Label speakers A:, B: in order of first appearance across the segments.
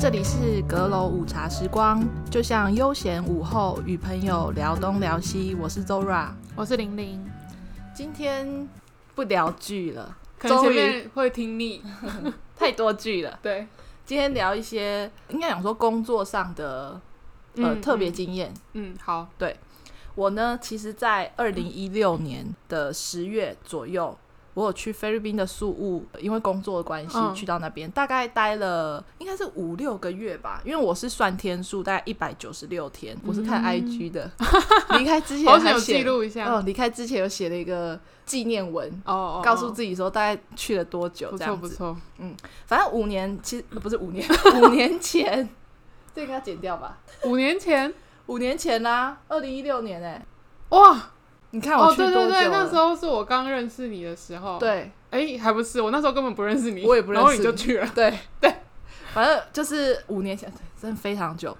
A: 这里是阁楼午茶时光，就像悠闲午后与朋友聊东聊西。我是 Zora，
B: 我是玲玲，
A: 今天不聊剧了，
B: 可能前
A: 终
B: 面会听腻，
A: 太多剧了。
B: 对，
A: 今天聊一些应该讲说工作上的呃、
B: 嗯
A: 特别
B: 嗯
A: 经验。
B: 嗯，好，
A: 我呢，其实，在二零一六年的十月左右，我有去菲律宾的宿务，因为工作的关系、
B: 嗯
A: 去到那边，大概待了应该是五六个月吧，因为我是算天数，大概一百九十六天，我是看 IG 的。离、开之
B: 嗯好
A: 前
B: 想
A: 还
B: 有
A: 写
B: 记，录一下，哦
A: 嗯，离开之前有写了一个纪念文。
B: 哦，
A: 告诉
B: 己，
A: 自己说大概去了多久
B: 不
A: 这
B: 错
A: 样
B: 不
A: 子，
B: 错，
A: 反正五年其实呃不是五年， 五年前，这个要剪掉吧？
B: 五年前，
A: 五年前啦、2二零一六年哎、
B: 哇，
A: 你看我
B: 哦，
A: 去多
B: 对
A: 久了？
B: 对对，那时候是我刚认识你的时候，，
A: 对
B: 哎，还不是，我那时候根本不认识你，
A: 我也不认识
B: 然后你就去了，
A: 对对，反正就是五年前，对真的非常久，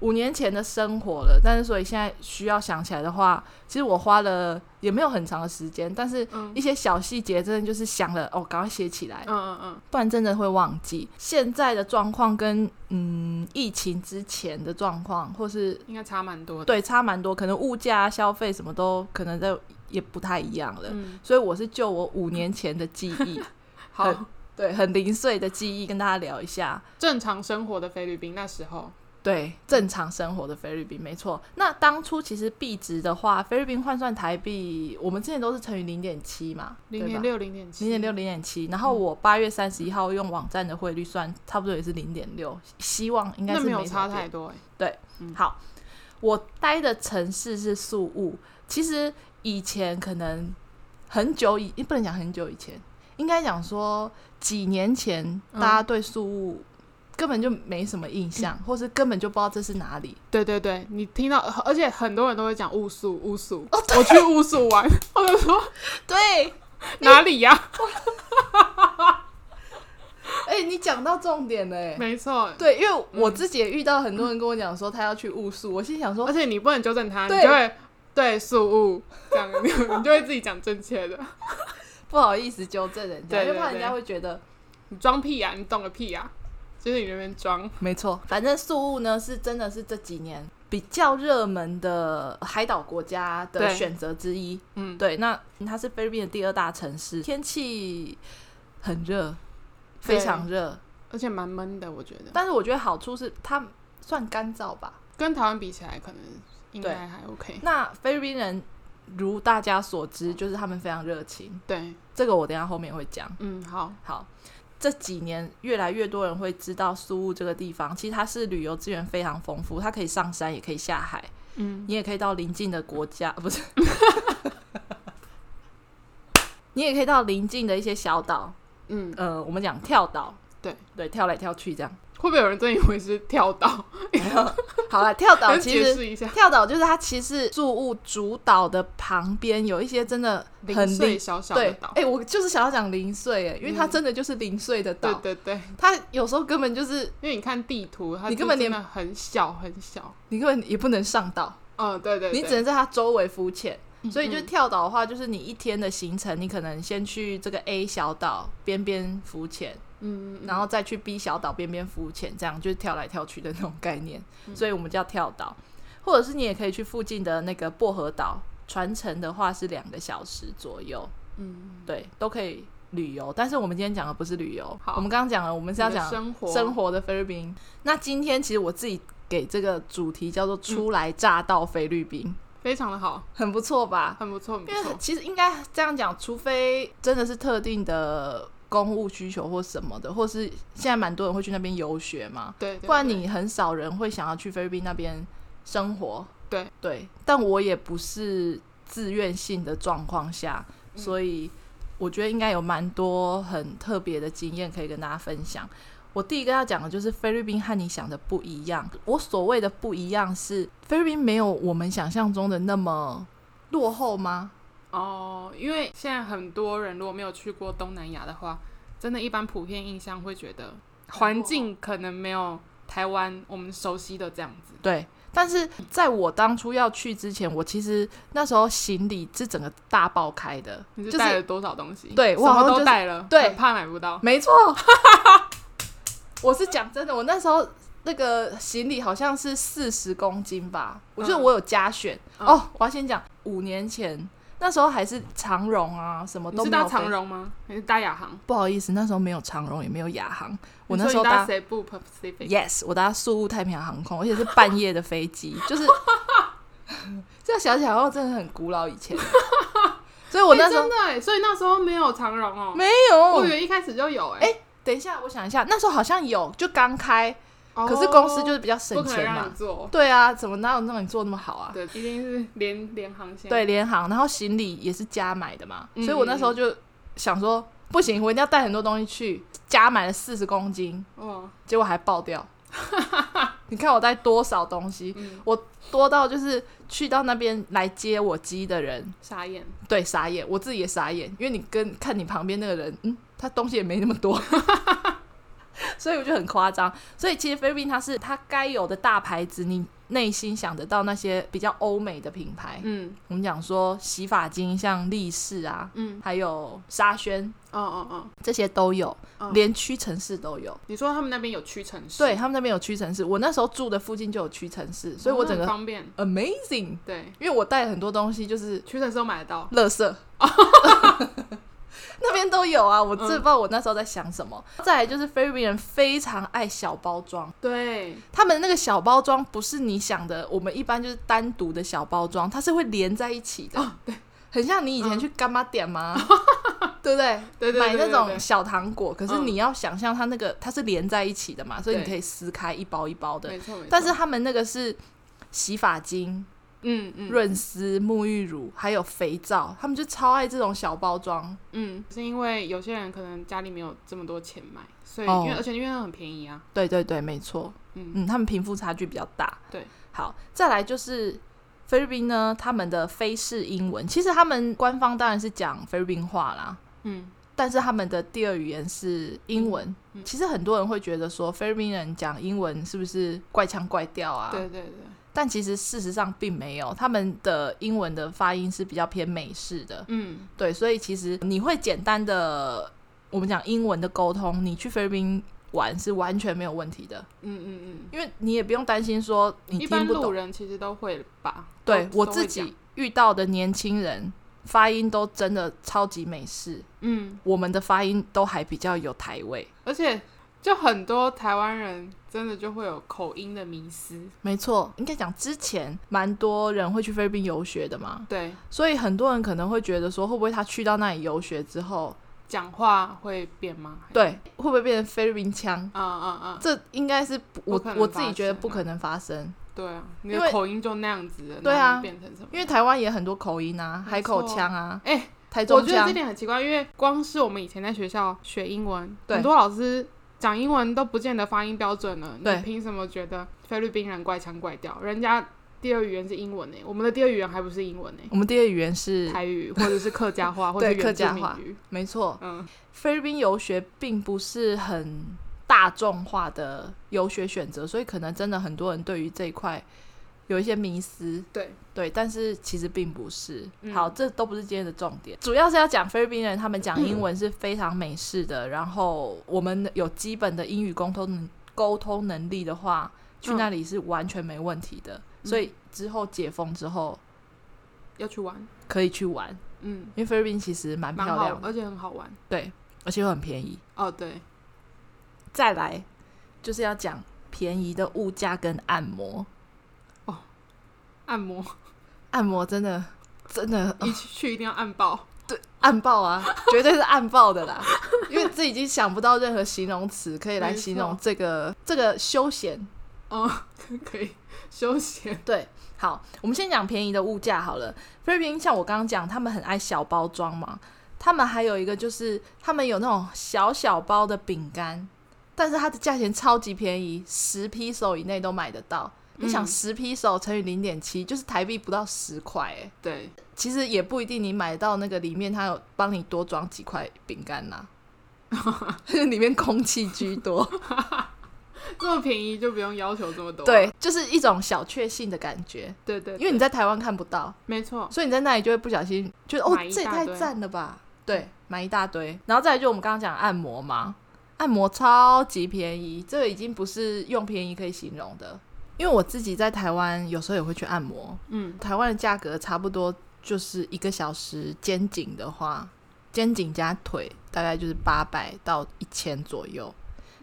A: 五年前的生活了。但是所以现在需要想起来的话，其实我花了也没有很长的时间，但是
B: 嗯
A: 一些小细节真的就是想了哦，赶快写起来
B: 嗯，嗯嗯，
A: 不然真的会忘记。现在的状况跟嗯疫情之前的状况，或是
B: 应该差蛮多的，
A: 对差蛮多，可能物价、消费什么都可能都也不太一样了。
B: 嗯，
A: 所以我是就我五年前的记忆，
B: 好，
A: 对，很零碎的记忆跟大家聊一下。
B: 正常生活的菲律宾那时候，
A: 对，正常生活的菲律宾，没错。那当初其实币值的话，菲律宾换算台币，我们之前都是乘以零点七嘛，
B: 零
A: 对
B: 点
A: 吧，
B: 六，零点七，嗯
A: 零点六，零点七。然后我八月三十一号用网站的汇率算，差不多也是零点六，希望应该
B: 那
A: 是
B: 没有
A: 什
B: 差
A: 么
B: 太
A: 变
B: 多，哎，
A: 好。我待的城市是宿务，其实以前可能很久以，不能讲很久以前，应该讲说几年前，
B: 嗯
A: 大家对宿务根本就没什么印 象，或是根本就不知道这是哪里。
B: 对对对，你听到，而且很多人都会讲雾宿雾宿，
A: 哦
B: 我去雾宿玩， 我就说
A: 对，
B: 哪里呀、
A: 哎、你讲到重点了、哎，
B: 没嗯错，
A: 对，因为我自己也遇到很多人跟我讲说他要去雾宿，我心想说
B: 而，且你不能纠正他，你
A: 对
B: 就会对素物这样，你就会自己讲正确的。
A: 不好意思纠正人家，
B: 对
A: 因为怕
B: 对
A: 人家会觉得
B: 你装屁呀、你懂个屁呀、就是你那边装。
A: 没错。反正宿雾呢是真的是这几年比较热门的海岛国家的
B: 对
A: 选择之一。
B: 嗯，
A: 对，那它是菲律宾的第二大城市，天气很热，非
B: 对
A: 常热，
B: 而且蛮闷的，我觉得
A: 但是我觉得好处是它算干燥吧。
B: 跟台湾比起来，可能应
A: 对
B: 该还 OK。
A: 那菲律宾人如大家所知，就是他们非常热情，
B: 对，
A: 这个我等一下后面会讲。
B: 嗯，好，
A: 好，这几年越来越多人会知道苏雾这个地方，其实它是旅游资源非常丰富，它可以上山，也可以下海，
B: 嗯，
A: 你也可以到邻近的国家，不是， 你也可以到邻近的一些小岛，
B: 嗯，
A: 呃，我们讲跳岛，
B: 对
A: 对，跳来跳去这样。
B: 会不会有人真以为是跳岛？
A: 好了，跳 岛
B: 跟
A: 其
B: 解
A: 实。
B: 释一下，
A: 跳岛就是它，其实住物主岛的旁边有一些真的很
B: 零碎
A: 零
B: 小小
A: 对
B: 的，岛
A: 哎、。我就是想要讲零碎，哎，因为它
B: 嗯
A: 真的就是零碎的岛，
B: 对对对，
A: 它有时候根本就是
B: 因为你看地图，它
A: 你
B: 就
A: 根本连
B: 真的很小很小。
A: 你根本也不能上岛，
B: 嗯，对对，
A: 你只
B: 对
A: 能在它周围浮潜。所以就
B: 嗯
A: 跳岛的话，就是你一天的行程，你可能先去这个 A 小岛边边浮潜，
B: 嗯，嗯
A: 然后再去 B 小岛边边浮潜，这样就是跳来跳去的那种概念。
B: 嗯
A: 所以我们叫跳岛，或者是你也可以去附近的那个薄荷岛，船程的话是两个小时左右，
B: 嗯，
A: 对，都可以旅游。但是我们今天讲的不是旅游，
B: 好
A: 我们刚刚讲了，我们是要
B: 你的
A: 讲
B: 生活
A: 生活的菲律宾。那今天其实我自己给这个主题叫
B: 嗯
A: 做“初来乍到菲律宾”，
B: 非常的好，
A: 很不错吧？
B: 很不错，很不
A: 因为
B: 错。
A: 其实应该这样讲，除非真的是特定的公务需求或什么的，或是现在蛮多人会去那边游学嘛，
B: 对，对
A: 不然
B: 对
A: 你很少人会想要去菲律宾那边生活。
B: 对
A: 对，但我也不是自愿性的状况下，
B: 嗯
A: 所以我觉得应该有蛮多很特别的经验可以跟大家分享。我第一个要讲的就是菲律宾和你想的不一样。我所谓的不一样是菲律宾没有我们想象中的那么落后吗？
B: 哦，因为现在很多人如果没有去过东南亚的话，真的，一般普遍印象会觉得环境可能没有台湾我们熟悉的这样子。
A: 对，但是在我当初要去之前，我其实那时候行李是整个大爆开的，
B: 你
A: 就是
B: 带了多少东西？
A: 对嗯
B: 什
A: 我好
B: 么
A: 像就
B: 都
A: 是
B: 带了，
A: 对
B: 很怕买不到。
A: 没错， 我是讲真的，我那时候那个行李好像是四十公斤吧，我觉得
B: 嗯
A: 我有加选、
B: 嗯
A: 哦。我要先讲五年前，那时候还是长荣啊，什么
B: 你
A: 都
B: 是
A: 没
B: 搭
A: 有飞
B: 长。荣吗？还是搭亚航？
A: 不好意思，那时候没有长荣，也没有亚航，我
B: 你
A: 那
B: 说
A: 时
B: 你
A: 候
B: 搭谁不 Pacific？
A: Yes，我搭宿务太平洋航空，而且是半夜的飞 机，就是 这样想起来，后真的很古老以 前。所以我
B: 欸
A: 那时候
B: 真、的欸，所以那时候没有长荣哦。
A: 没
B: 我以
A: 有。
B: 为一开始就有哎、
A: 欸等一下，我想一下，那时候好像有，就刚开，
B: 哦
A: 可是公司就是比较省
B: 不可能
A: 钱
B: 让
A: 嘛
B: 你。做，
A: 对啊，怎么哪有让你做那么好啊？
B: 对，一定是连连航线。
A: 对，联航，然后行李也是加买的嘛，
B: 嗯
A: 所以我那时候就想说，不行，我一定要带很多东西去，加买了四十公斤，
B: 哦，
A: 结果还爆 掉。你看我带多少东西，
B: 嗯，
A: 多到就是去到那边来接我机的人，
B: 傻眼。
A: 对，傻眼，我自己也傻眼，因为你跟看你旁边那个人，嗯，他东西也没那么多， 所以我就很夸张。所以其实菲律宾它是它该有的大牌子，你内心想得到那些比较欧美的品牌，
B: 嗯
A: 我们讲说洗发精，像力士啊，
B: 嗯，
A: 还有沙宣
B: 哦哦哦，
A: 这些都有，
B: 嗯
A: 连屈臣氏都有。
B: 你说他们那边有屈臣氏，
A: 对他们那边有屈臣氏，我那时候住的附近就有屈臣氏，所以我
B: 哦那
A: 整
B: 很
A: 个
B: 方便。
A: amazing，
B: 对，
A: 因为我带很多东西就是
B: 屈臣氏都买得到。
A: 垃圾。 那边都有啊，我
B: 嗯
A: 真的不知道我那时候在想什么。再来就是菲律宾人非常爱小包装，
B: 对，
A: 他们那个小包装不是你想的，我们一般就是单独的小包装，它是会连在一起的。
B: 哦
A: 对，很像你以前去干妈点 吗？对不对？
B: 嗯对对对
A: 买那
B: 对对
A: 种小糖果，可是
B: 嗯
A: 你要想象它那个它是连在一起的嘛，所以你
B: 对
A: 可以撕开一包一包的。
B: 没错没错。
A: 但是，他们那个是洗发精、
B: 嗯嗯，
A: 润丝、沐浴乳还有肥皂，他们就超爱这种小包装。
B: 嗯，是因为有些人可能家里没有这么多钱买，所以因
A: 哦
B: 为、而且因为它很便宜啊，
A: 对对对，没错。
B: 嗯，
A: 嗯，他们贫富差距比较大。
B: 对，
A: 好，再来就是菲律宾呢，他们的非式英文，其实他们官方当然是讲菲律宾话啦，
B: 嗯，
A: 但是他们的第二语言是英文。
B: 嗯嗯
A: 其实很多人会觉得说菲律宾人讲英文是不是怪腔怪调啊？
B: 对对对，
A: 但其实事实上并没有，他们的英文的发音是比较偏美式的。
B: 嗯，
A: 对，所以其实你会简单的，我们讲英文的沟通，你去菲律宾玩是完全没有问题的。
B: 嗯嗯
A: 因为你也不用担心说你
B: 嗯，一
A: 听
B: 般
A: 不
B: 路
A: 懂。
B: 人其实都会吧，
A: 对
B: 都
A: 我
B: 都
A: 自
B: 会讲
A: 己遇到的年轻人，发音都真的超级美式，
B: 嗯，
A: 我们的发音都还比较有台味。
B: 而且就很多台湾人真的就会有口音的迷思，
A: 没错，应该讲之前蛮多人会去菲律宾游学的嘛，
B: 对，
A: 所以很多人可能会觉得说，会不会他去到那里游学之后，
B: 讲话会变吗？还是，
A: 对，会不会变成菲律宾腔？
B: 啊啊啊，
A: 这应该是不
B: 不
A: 我
B: 可能
A: 我自己
B: 发
A: 觉得
B: 生
A: 不
B: 啊
A: 可能发生，
B: 对啊，你
A: 因
B: 的
A: 为
B: 口音就那样子了，
A: 对啊
B: 然后你变成什么？
A: 因为台湾也很多口音啊，
B: 没
A: 海口
B: 错
A: 腔啊，
B: 哎、
A: 台
B: 我
A: 中
B: 觉得
A: 腔
B: 这，点很奇怪，因为光是我们以前在学校学英文，
A: 对
B: 很多老师讲英文都不见得发音标准了，
A: 对
B: 你凭什么觉得菲律宾人怪腔怪调？人家第二语言是英文呢、欸我们的第二语言还不是英文呢、
A: 我们第二语言是
B: 台语或者是客 家话，或者
A: 对
B: 是原住
A: 客家
B: 民
A: 话
B: 语，
A: 没错，
B: 嗯，
A: 菲律宾游学并不是很大众化的游学选择，所以可能真的很多人对于这一块有一些迷思。
B: 对，
A: 对，但是其实并不是。
B: 嗯
A: 好，这都不是今天的重点，主要是要讲菲律宾人，他们讲英文是非常美式的。然后我们有基本的英语沟通能沟通能力的话，去
B: 嗯
A: 那里是完全没问题的。所以之后解封之后
B: 要去玩，
A: 可以去玩，
B: 嗯，
A: 因为菲律宾其实蛮
B: 蛮
A: 漂
B: 好
A: 亮，的，
B: 而且很好玩。
A: 对，而且又很便宜。
B: 哦，对，
A: 再来就是要讲便宜的物价跟按摩，
B: 按摩，
A: 按摩真的真的、
B: 一起去一定要按爆，
A: 按爆啊，绝对是按爆的啦，因为这已经想不到任何形容词可以来
B: 没错
A: 形容这个这个休闲。
B: 嗯，可以休闲，
A: 对，好，我们先讲便宜的物价好了。菲律宾像我刚刚讲，他们很爱小包装嘛，他们还有一个就是他们有那种小小包的饼干。但是它的价钱超级便宜，十 p 手以内都买得到。你想
B: 嗯
A: 十 p 手乘以零点七，就是台币不到十块、欸，
B: 对，
A: 其实也不一定，你买到那个里面，它有帮你多装几块饼干啦，里面空气居多，
B: 这么便宜就不用要求这么多，
A: 对，就是一种小确幸的感觉，
B: 对对，
A: 因为你在台湾看不到，
B: 没错，
A: 所以你在那里就会不小心觉得哦
B: 买，一
A: 这也
B: 大
A: 太
B: 堆
A: 赞了吧，对，买一大堆，然后再来就我们刚刚讲的按摩嘛，按摩超级便宜，这个已经不是用便宜可以形容的。因为我自己在台湾有时候也会去按摩，
B: 嗯，
A: 台湾的价格差不多就是一个小时肩颈的话，肩颈加腿大概就是八百到一千左右。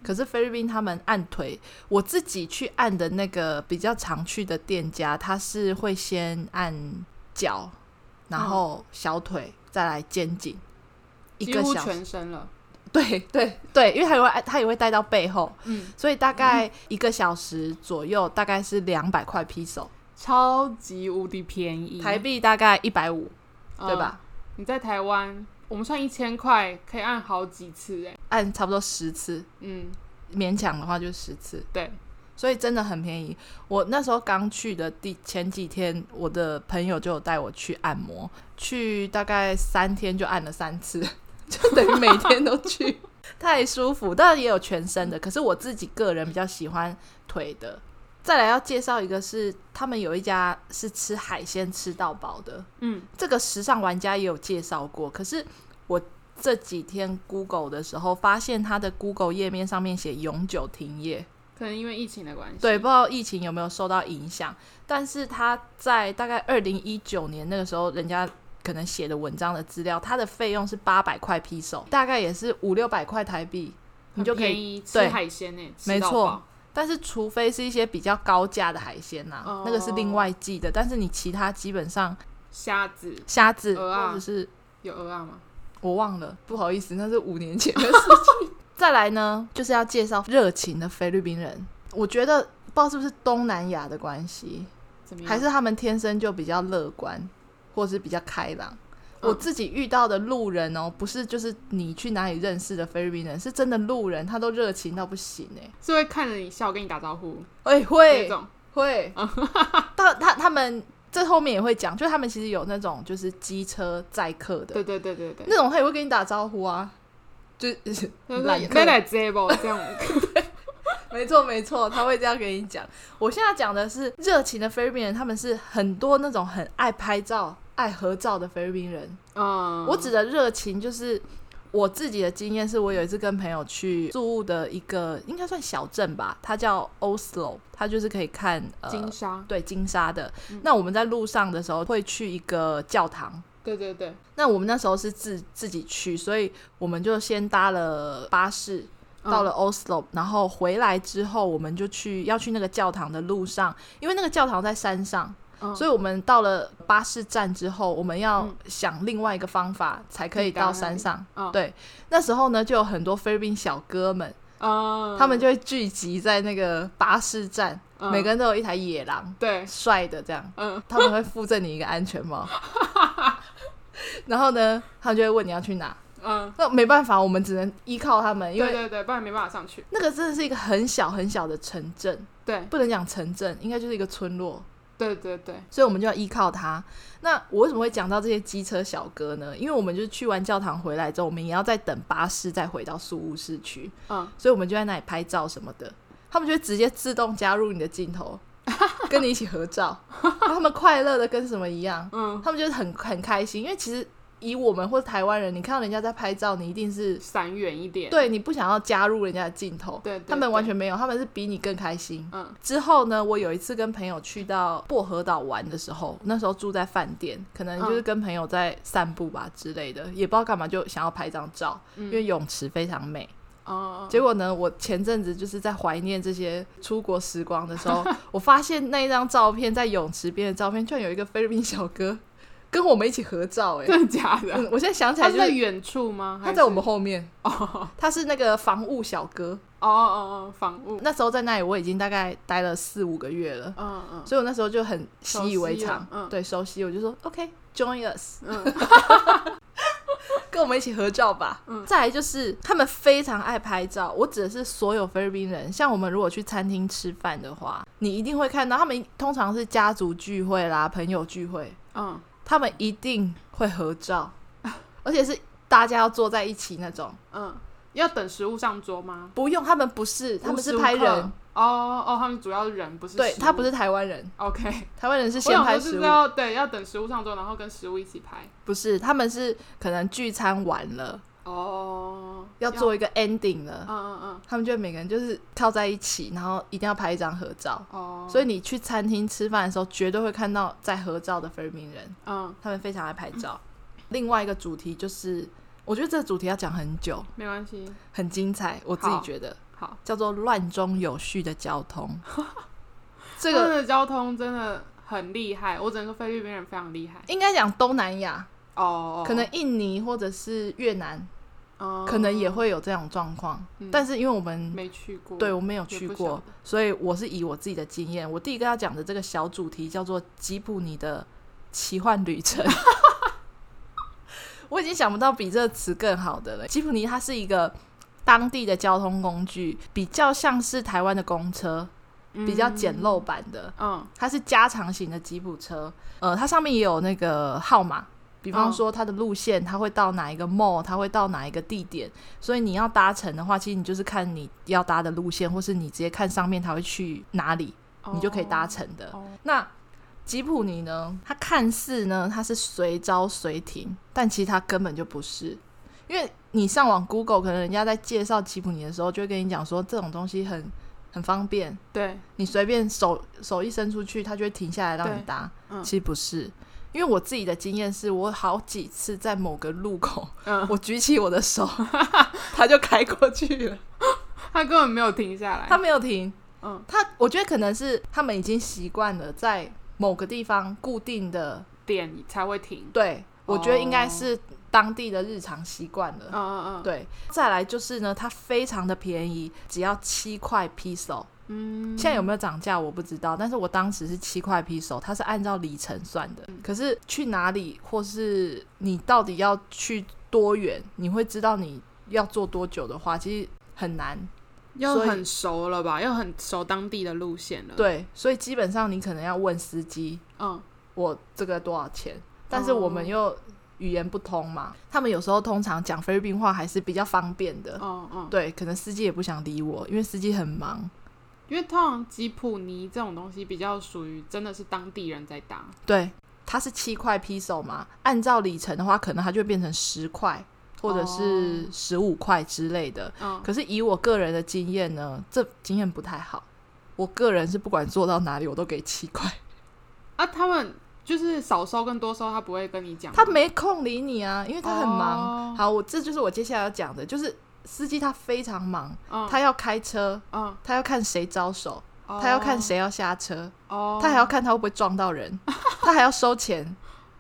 A: 可是菲律宾他们按腿，我自己去按的那个比较常去的店家，他是会先按脚，然后小腿，再来肩颈，一
B: 几
A: 个
B: 乎
A: 小时。
B: 全身了，
A: 对对对，因为他也会他也会带到背后，
B: 嗯，
A: 所以大概一个小时左右，大概是两百块 p 手，
B: 超级无敌便宜，
A: 台币大概一百五，
B: 嗯
A: 对吧？？
B: 你在台湾，我们算一千块可以按好几次哎、
A: 按差不多十次，
B: 嗯，
A: 勉强的话就十次，
B: 对，
A: 所以真的很便宜。我那时候刚去的第前几天，我的朋友就有带我去按摩，去大概三天就按了三次， 就等于每天都去，太舒服。当然也有全身的，可是我自己个人比较喜欢腿的。再来要介绍一个是，他们有一家是吃海鲜吃到饱的，
B: 嗯，
A: 这个时尚玩家也有介绍过，可是我这几天 Google 的时候，发现它的 Google 页面上面写永久停业，
B: 可能因为疫情的关系，
A: 对，不知道疫情有没有受到影响。但是它在大概二零一九年那个时候，人家可能写的文章的资料，它的费用是八百块批手，大概也是五六百块台币，你
B: 很
A: 就可以。
B: 便宜吃
A: 对
B: 海鲜哎、吃
A: 没
B: 到
A: 错
B: 饱，
A: 但是除非是一些比较高价的海鲜呐、
B: 哦
A: 那个是另外计的。但是你其他基本上
B: 虾子
A: 虾子
B: 鹅啊
A: 或者是
B: 有鹅啊吗？
A: 我忘了，不好意思，那是五年前的事情。 再来呢，就是要介绍热情的菲律宾人。我觉得不知道是不是东南亚的关系，
B: 怎么样？
A: 还是他们天生就比较乐观，或是比较开朗。
B: 嗯
A: 我自己遇到的路人哦，不是就是你去哪里认识的菲律宾人，是真的路人，他都热情到不行哎、
B: 是会看着你笑跟你打招呼
A: 哎、
B: 那
A: 会
B: 种，
A: 会，到他他们这后面也会讲，就是他们其实有那种就是机车载客的
B: 对对对对对，
A: 那种，他也会跟你打招呼啊，就是
B: 就是
A: 揽客
B: 来来 table 这样，
A: 没错没错，他会这样跟你讲。我现在讲的是热情的菲律宾人，他们是很多那种很爱拍照、爱合照的菲律宾人。
B: 嗯，
A: 我指的热情就是。我自己的经验是，我有一次跟朋友去宿务的一个应该算小镇吧，它叫 Oslo，它就是可以看呃
B: 金沙，嗯
A: 对金沙的。那我们在路上的时候会去一个教堂，
B: 对对对，
A: 那我们那时候是自自己去，所以我们就先搭了巴士，
B: 嗯
A: 到了 Oslo，、然后回来之后，我们就去要去那个教堂的路上，因为那个教堂在山上，
B: 嗯
A: 所以我们到了巴士站之后，我们要
B: 嗯
A: 想另外一个方法才可以
B: 抵达
A: 到山上。
B: 那里嗯
A: 对，那时候呢，就有很多菲律宾小哥们，
B: 嗯，
A: 他们就会聚集在那个巴士站，
B: 嗯
A: 每个人都有一台野狼，
B: 对，
A: 帅的这样。
B: 嗯，
A: 他们会附赠你一个安全帽， 然后呢，他们就会问你要去哪。
B: 嗯，
A: 那没办法，我们只能依靠他们，因
B: 对
A: 为
B: 对对，不然没办法上去。
A: 那个真的是一个很小很小的城镇，
B: 对
A: 不能讲城镇，应该就是一个村落，
B: 对对对，
A: 所以我们就要依靠它。那我为什么会讲到这些机车小哥呢？因为我们就是去完教堂回来之后，我们也要再等巴士再回到宿务市区，
B: 嗯，
A: 所以我们就在那里拍照什么的。他们就会直接自动加入你的镜头，跟你一起合照，然后他们快乐的跟什么一样。
B: 嗯，
A: 他们就是很很开心，因为其实以我们或台湾人，你看到人家在拍照，你一定是
B: 闪远一点。
A: 对你不想要加入人家的镜头，
B: 对，对
A: 他们完，
B: 对
A: 全没有，他们是比你更开心。
B: 嗯
A: 之后呢，我有一次跟朋友去到薄荷岛玩的时候，那时候住在饭店，可能
B: 嗯
A: 就是跟朋友在散步吧之类的，也不知道干嘛，就想要拍张照，
B: 嗯
A: 因为泳池非常美。
B: 哦，
A: 结果呢，我前阵子就是在怀念这些出国时光的时 候，我发现那一张照片在泳池边的照片，居然有一个菲律宾小哥跟我们一起合照、欸，哎、
B: 真的假的？
A: 我现在想起
B: 啊他
A: 来
B: 是
A: 就
B: 在
A: 是
B: 远处吗？
A: 他
B: 还
A: 在
B: 是
A: 我们后面，
B: 哦
A: 他是那个防务小哥。
B: 哦哦哦，房屋，
A: 那时候在那里我已经大概待了四五个月了，
B: 嗯嗯
A: 所以我那时候就很习以为常
B: 熟悉了，嗯
A: 对，熟悉，我就说 OK join us，
B: 嗯，
A: 跟我们一起合照吧。
B: 嗯
A: 再来就是他们非常爱拍照，我指的是所有菲律宾人。像我们如果去餐厅吃饭的话，你一定会看到他们通常是家族聚会啦、朋友聚会，
B: 嗯
A: 他们一定会合照，而且是大家要坐在一起那种。
B: 嗯，要等食物上桌吗？
A: 不用，他们不是，他们
B: 无时
A: 是
B: 无
A: 拍
B: 刻
A: 人，。
B: 哦哦，他们主要是人，不是
A: 对
B: 食
A: 他
B: 物
A: 不是台湾人，
B: OK。
A: 台湾人是
B: 我
A: 先
B: 想
A: 拍
B: 说
A: 食
B: 是
A: 物，
B: 要对要等食物上桌，然后跟食物一起拍。
A: 不是，他们是可能聚餐完了，
B: 哦，
A: 要做一个 ending 了
B: 嗯，嗯嗯，
A: 他们就每个人就是靠在一起，然后一定要拍一张合照。
B: 哦，
A: 所以你去餐厅吃饭的时候，绝对会看到在合照的菲律宾人，
B: 嗯，
A: 他们非常爱拍 照。另外一个主题就是，我觉得这个主题要讲很久，
B: 没关系，
A: 很精彩，我自己
B: 好
A: 觉得
B: 好。
A: 叫做“乱中有序的交 通” 。这
B: 他
A: 个
B: 们的交通真的很厉害，我只能说菲律宾人非常厉害。
A: 应该讲东南亚，
B: 哦，
A: 可能印尼或者是越南，
B: 哦
A: 可能也会有这种状况。
B: 嗯
A: 但是因为我们
B: 没去过。
A: 对我没有
B: 也
A: 去
B: 不晓
A: 过
B: 得，
A: 所以我是以我自己的经验，我第一个要讲的这个小主题叫做吉普尼的奇幻旅程。 我已经想不到比这个词更好的了。吉普尼它是一个当地的交通工具，比较像是台湾的公车，比较简陋版的。
B: 嗯，
A: 它是加长型的吉普车，呃，它上面也有那个号码，比方
B: 哦
A: 说它的路线，它会到哪一个 mall，它会到哪一个地点，所以你要搭乘的话，其实你就是看你要搭的路线，或是你直接看上面它会去哪里，
B: 嗯，
A: 你就可以搭
B: 哦。
A: 乘的。
B: 哦
A: 那吉普尼呢？它看似呢，它是随招随停，但其实它根本就不是。因为你上网 Google，可能人家在介绍吉普尼的时候，就会跟你讲说这种东西很很方便，
B: 对，
A: 你随便手手一伸出去，它就会停下来让你
B: 对
A: 搭。
B: 嗯
A: 其实不是，因为我自己的经验是我好几次在某个路口，
B: 嗯，
A: 我举起我的手，它就开过去了，
B: 他根本没有停下来。
A: 它没有停。
B: 哎嗯，
A: 它我觉得可能是他们已经习惯了在某个地方固定的，
B: 点才会停。
A: 对我觉得应该
B: 哦
A: 是当地的日常习惯了。
B: 嗯嗯嗯，
A: 对，再来就是呢，它非常的便宜，只要七块 peso。
B: 嗯，
A: 现在有没有涨价我不知道，但是我当时是七块 p 手，它是按照里程算的。
B: 嗯
A: 可是去哪里，或是你到底要去多远，你会知道你要坐多久的话，其实很难。
B: 要
A: 所以
B: 很熟了吧？要很熟当地的路线了。，
A: 对，所以基本上你可能要问司机，
B: 嗯，
A: 我这个多少钱？但是我们
B: 哦
A: 又语言不通嘛，他们有时候通常讲菲律宾话还是比较方便的。
B: 哦哦，
A: 对，可能司机也不想理我，因为司机很忙。
B: 因为通常吉普尼这种东西比较属于真的是当地人在搭。
A: 对，它是七块 p 手嘛，按照里程的话，可能它就会变成十块或者是十五块之类的。
B: 哦嗯，
A: 可是以我个人的经验呢，这经验不太好。我个人是不管坐到哪里，我都给七块，
B: 啊，他们就是少收跟多收，他不会跟你讲吗。
A: 他没空理你啊，因为他很忙。
B: 嗯哦
A: 好，我这就是我接下来要讲的，就是司机他非常忙，
B: 嗯，
A: 他要开车，
B: 嗯，
A: 他要看谁招手，
B: 哦
A: 他要看，谁要下车，
B: 哦，
A: 他还要看他会不会撞到 人，他还要收钱，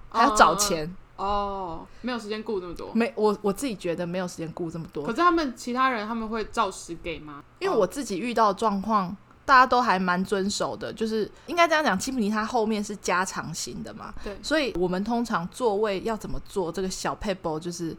A: 还要找
B: 嗯嗯嗯
A: 钱。
B: 哦，没有时间顾那么多。
A: 没，我我自己觉得没有时间顾这么
B: 可
A: 多，
B: 是他们其他人他们会照实给吗？
A: 因为
B: 哦
A: 我自己遇到的状况，大家都还蛮遵守的，就是应该这样讲，吉普尼它后面是加长型的嘛，
B: 对
A: 所以我们通常座位要怎么做这个小 paper 就是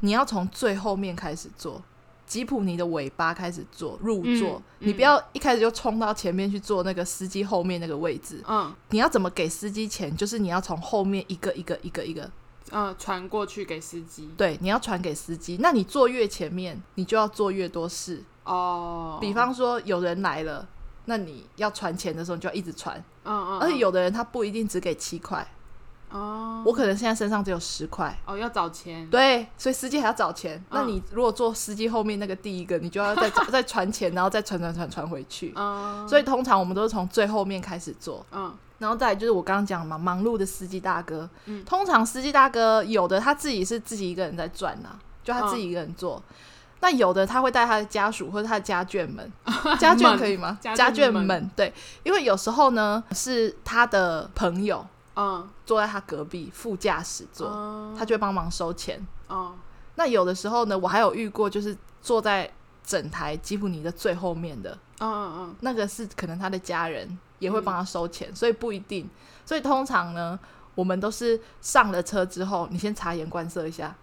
A: 你要从最后面开始坐。吉普尼的尾巴开始坐入座，
B: 嗯
A: 你不要一开始就冲到前面去坐那个司机后面那个位置。
B: 嗯
A: 你要怎么给司机钱？就是你要从后面一个一个一个一个，
B: 嗯，传过去给司机。
A: 对，你要传给司机。那你坐越前面，你就要做越多事。
B: 哦，
A: 比方说有人来了，那你要传钱的时候你就要一直传，
B: 嗯，嗯嗯，
A: 而且有的人他不一定只给七块，
B: 哦
A: 我可能现在身上只有十块。
B: 哦要找钱。
A: 对，所以司机还要找
B: 嗯
A: 钱。那你如果坐司机后面那个第一个，你就要再 再传钱，然后再传传传传回去。
B: 嗯，
A: 所以通常我们都是从最后面开始做，
B: 嗯
A: 然后再来就是我刚刚讲嘛，忙碌的司机大哥。
B: 嗯
A: 通常司机大哥有的他自己是自己一个人在赚呐、就他自己一个人做。
B: 嗯
A: 那有的他会带他的家属或者他的家眷 们，家眷
B: 们
A: 可以吗？
B: 家
A: 家
B: 眷
A: 眷
B: 们
A: 们对，因为有时候呢是他的朋友
B: 嗯，
A: 坐在他隔壁副驾驶座，
B: 嗯
A: 他就会帮忙收钱。
B: 哦
A: 那有的时候呢，我还有遇过就是坐在整台吉普尼的最后面的，
B: 嗯嗯
A: 那个是可能他的家人也会帮他收钱，所以不一定。所以通常呢，我们都是上了车之后，你先察言观色一下，
B: 嗯，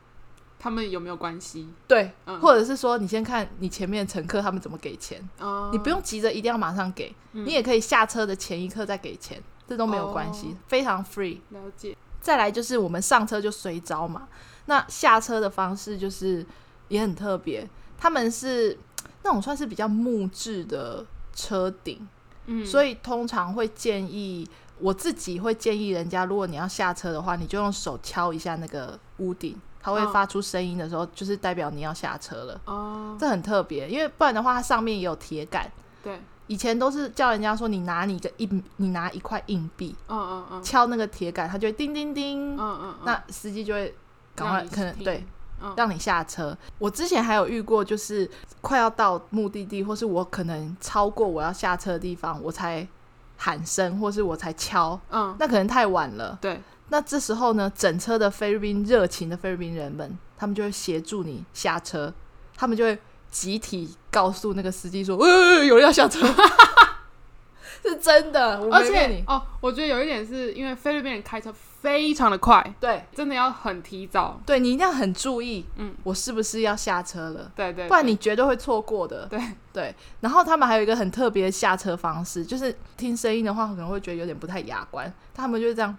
B: 他们有没有关系？
A: 对，
B: 嗯，
A: 或者是说你先看你前面乘客他们怎么给钱，
B: 哦
A: 你不用急着一定要马上给，
B: 嗯
A: 你也可以下车的前一刻再给钱，这都没有关系，
B: 哦
A: 非常 free。
B: 了解。
A: 再来就是我们上车就随招嘛，那下车的方式就是也很特别，他们是那种算是比较木质的车顶。
B: 嗯，
A: 所
B: 以
A: 以通常会建议我自己会建议人家，如果你要下车的话，你就用手敲一下那个屋顶，它会
B: 嗯
A: 发出声音的时候，就是代表你要下车了，
B: 哦，
A: 这很特别，因为不然的话，它上面也有铁杆。
B: 对，
A: 以前都是叫人家说你拿你一个硬，你拿一块硬币
B: 嗯嗯嗯，
A: 敲那个铁杆，它就会叮叮叮，
B: 嗯嗯嗯，
A: 那司机就会赶快
B: 让你
A: 可能
B: 停
A: 对，
B: 嗯
A: 让你下车。我之前还有遇过，就是快要到目的地，或是我可能超过我要下车的地方，我才喊声，或是我才敲，
B: 嗯，
A: 那可能太晚了。
B: 对，
A: 那这时候呢，整车的菲律宾热情的菲律宾人们，他们就会协助你下车，他们就会集体告诉那个司机说：“喂、喂喂有人要下车。” 是真的，我
B: 而
A: 没骗
B: 且
A: 你。
B: 哦，我觉得有一点是因为菲律宾人开车非常的快，
A: 对
B: 真的要很提早，
A: 对，你一定要很注意，
B: 嗯，
A: 我是不是要下车了？
B: 对对，
A: 不然
B: 对
A: 你绝对会错过的。
B: 对
A: 对，然后他们还有一个很特别的下车方式，就是听声音的话，可能会觉得有点不太雅观。他们就是这样，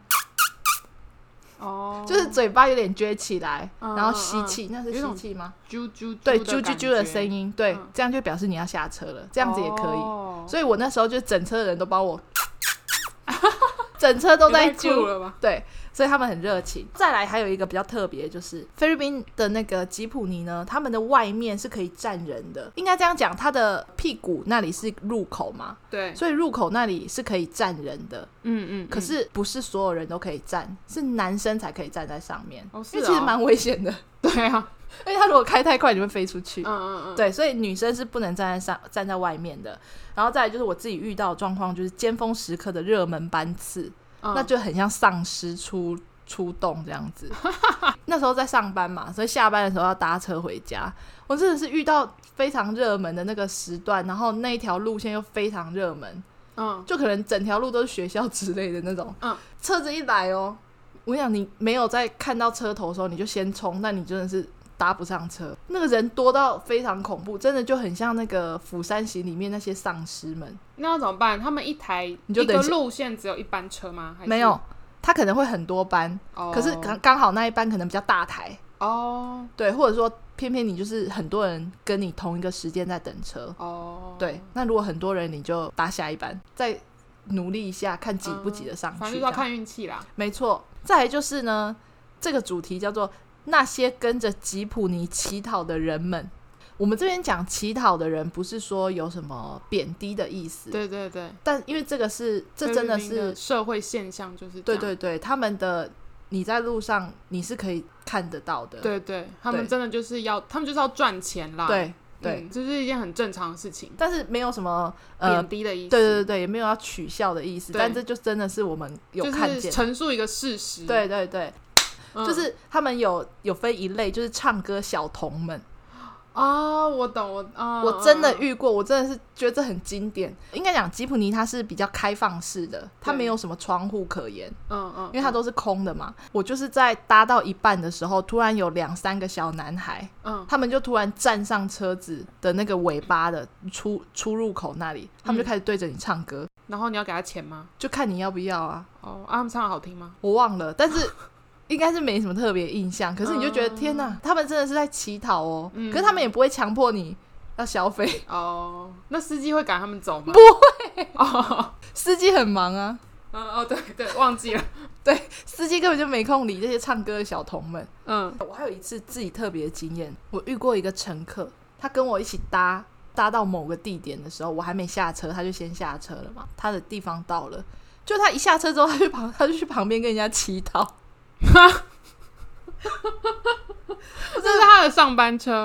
B: 哦，
A: 就是嘴巴有点撅起来，
B: 嗯
A: 然后吸气，那是
B: 有一
A: 吸
B: 种
A: 气吗？
B: 啾啾
A: 对，啾啾
B: 啾的
A: 啾
B: 感
A: 的
B: 觉
A: 声，音，对，
B: 嗯
A: 这样就表示你要下车了，这样子也可以。
B: 哦
A: 所以我那时候就整车的人都帮我， 整车都
B: 也
A: 在
B: 太酷
A: 啾。
B: 了吧？
A: 对，所以他们很热情。再来还有一个比较特别，就是菲律宾的那个吉普尼呢，他们的外面是可以站人的，应该这样讲，它的屁股那里是入口嘛，
B: 对，
A: 所以入口那里是可以站人的。
B: 嗯嗯，
A: 可是不是所有人都可以站，是男生才可以站在上面，
B: 哦是
A: 因为其实
B: 哦
A: 蛮危险的，
B: 嗯 对啊，
A: 因为他如果开太快，你会飞出去
B: 嗯。嗯嗯，
A: 对，所以女生是不能站在上站在外面的。然后再来就是我自己遇到的状况，就是尖峰时刻的热门班次，
B: 嗯，
A: 那就很像丧尸出出动这样子。 那时候在上班嘛，所以下班的时候要搭车回家。我真的是遇到非常热门的那个时段，然后那一条路线又非常热门，
B: 嗯
A: 就可能整条路都是学校之类的那种。
B: 嗯，
A: 车子一来哦，我跟你讲，你没有在看到车头的时候你就先冲，那你真的是。搭不上车，那个人多到非常恐怖，真的就很像那个《釜山行》里面那些丧尸们。
B: 那要怎么办？他们一台
A: 你就
B: 一
A: 等
B: 个
A: 一下
B: 路线只有一班车吗？还是
A: 没有，，他可能会很多班，
B: 哦
A: 可是刚刚好那一班可能比较大台，
B: 哦
A: 对，或者说偏偏你就是很多人跟你同一个时间在等车，
B: 哦，
A: 对，，那如果很多人你就搭下一班，再努力一下看挤不挤得上
B: 嗯反正
A: 去，
B: 就是
A: 这
B: 要
A: 样
B: 看运气啦。
A: 没错。再来就是呢，这个主题叫做那些跟着吉普尼乞讨的人们。我们这边讲乞讨的人，不是说有什么贬低的意思，
B: 对对对，
A: 但因为这个是这真
B: 菲
A: 的
B: 律宾
A: 是
B: 社会现象，就是这
A: 对
B: 样
A: 对对，他们的你在路上你是可以看得到的，
B: 对对，他们
A: 对
B: 真的就是要，他们就是要赚钱啦。
A: 对
B: 嗯
A: 对
B: 这是一件很正常的事情，
A: 但是没有什么呃
B: 贬，低的意思。
A: 对对对对，也没有要取笑的意思，
B: 对
A: 但这就真的是我们有看
B: 就
A: 见
B: 是，陈述一个事实。
A: 对对对，
B: 嗯，
A: 就是他们有有分一类，就是唱歌小童们，
B: 哦，我懂，我啊，
A: 我真的遇过，我真的是觉得这很经典。应该讲吉普尼它是比较开放式的，它
B: 对
A: 没有什么窗户可言，
B: 嗯嗯，
A: 因为它都是空的嘛。我就是在搭到一半的时候，突然有两三个小男孩，
B: 嗯
A: 他们就突然站上车子的那个尾巴的出出入口那里，他们就
B: 嗯
A: 开始对着你唱歌，
B: 然后你要给他钱吗？
A: 就看你要不要啊。
B: 哦，啊，他们唱的好听吗？
A: 我忘了， 但是应该是没什么特别印象。可是你就觉得、
B: 嗯
A: 天哪，他们真的是在乞讨哦。
B: 嗯
A: 可是他们也不会强迫你要消费，
B: 哦，那司机会赶他们走吗？不会。哦，
A: 司机很忙啊，
B: 嗯哦，对对，忘记了。
A: 司机根本就没空理这些唱歌的小童们。
B: 嗯
A: 我还有一次自己特别的经验，我遇过一个乘客，他跟我一起搭搭到某个地点的时候，我还没下车，他就先下车了嘛。他的地方到了，就他一下车之后，他就旁他就去旁边跟人家乞讨，
B: 这是他的上班车。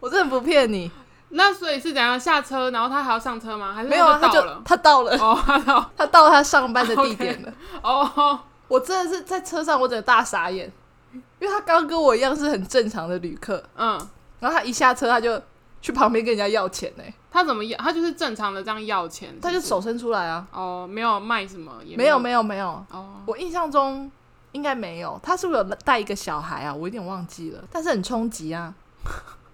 A: 我真的不骗你，
B: 那所以是怎样下车，然后他还要上车吗？还是
A: 没有啊，
B: 他
A: 他
B: 就
A: 就
B: 到了？
A: 他到了，
B: 哦，他到
A: 他到他上班的 地点了。
B: 哦，
A: 我真的是在车上，我整个大傻眼，因为他刚跟我一样是很正常的旅客，
B: 嗯，
A: 然后他一下车他就去旁边跟人家要钱呢、
B: 他怎么要？他就是正常的这样要钱，是不
A: 他
B: 是
A: 就手伸出来啊，
B: 哦，没有卖什么，也
A: 没有没有没有，
B: 哦，
A: 我印象中应该没有，他是不是有带一个小孩啊？我有点忘记了，但是很冲击 啊，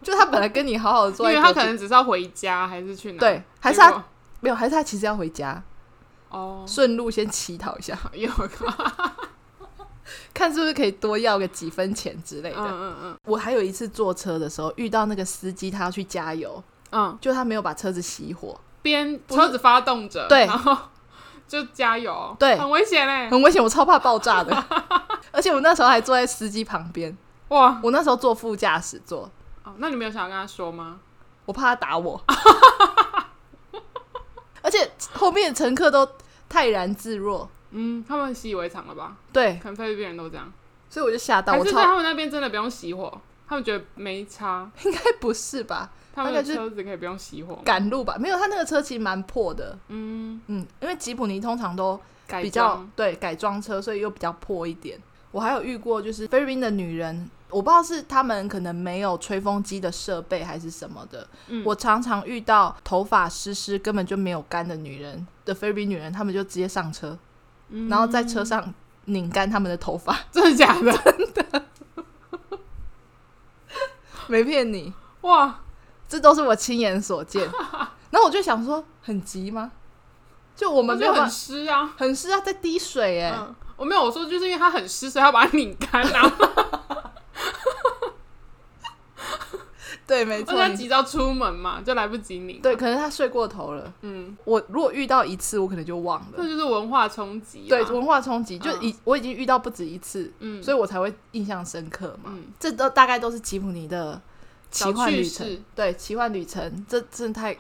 A: 就他本来跟你好好的
B: 因
A: 坐在
B: 为
A: 隔壁，
B: 他可能只是要回家还是去哪？
A: 对，还是
B: 结
A: 他
B: 果
A: 没有，还是他其实要回家，
B: 哦，哎
A: 顺路先乞讨 一下，
B: 有一个
A: 看是不是可以多要个几分钱之类
B: 嗯
A: 的。
B: 嗯嗯
A: 我还有一次坐车的时候遇到那个司机，他要去加油，
B: 嗯，
A: 就他没有把车子熄火，
B: 边
A: 不是
B: 车子发动着，
A: 对
B: 然后就加油，
A: 对
B: 很危险嘞，欸
A: 很危险，我超怕爆炸的。而而且我那时候还坐在司机旁边，
B: 哇、
A: 我那时候坐副驾驶座，
B: 哦，那你没有想要跟他说吗？
A: 我怕他打我， 而且后面的乘客都泰然自若，
B: 嗯，他们很习以为常了吧？
A: 对，
B: 可能菲律宾人都这样，
A: 所以我就吓到
B: 还
A: 我，
B: 是在他
A: 超
B: 们那边真的不用熄火，他们觉得没差，
A: 应该不是吧？
B: 他们的
A: 大概是
B: 车子可以不用熄火。
A: 赶路吧？没有，他那个车其实蛮破的，
B: 嗯，
A: 嗯，因为吉普尼通常都
B: 改
A: 比较
B: 装
A: 对改装车，所以又比较破一点。我还有遇过，就是菲律宾的女人，我不知道是他们可能没有吹风机的设备还是什么的。
B: 嗯
A: 我常常遇到头发湿湿、根本就没有干的女人的菲律宾女人，她们就直接上车，
B: 嗯
A: 然后在车上拧干她们的头 发。
B: 真的假 的？
A: 没骗你，
B: 哇，
A: 这都是我亲眼所 见。然后我就想说，很急吗？就我
B: 我
A: 们没有
B: 就
A: 办
B: 很
A: 法，
B: 湿啊。
A: 很湿啊，在滴水哎、
B: 嗯，我没有，我说就是因为它很湿，所以要把它拧干啊。
A: 对，没
B: 而
A: 错
B: 且，他
A: 你
B: 急着要出门嘛，就来不及拧。
A: 对，，可能她睡过头了。
B: 嗯，
A: 我如果遇到一次，我可能就忘
B: 这
A: 了。
B: 就是文化冲击啊。
A: 对，文化冲击就
B: 嗯
A: 已、我已经遇到不止一次，
B: 嗯，
A: 所以我才会印象深刻嘛。
B: 嗯
A: 这都大概都是吉普尼的奇幻旅
B: 小趣
A: 程
B: 事，
A: 对，奇幻旅程，这真的 太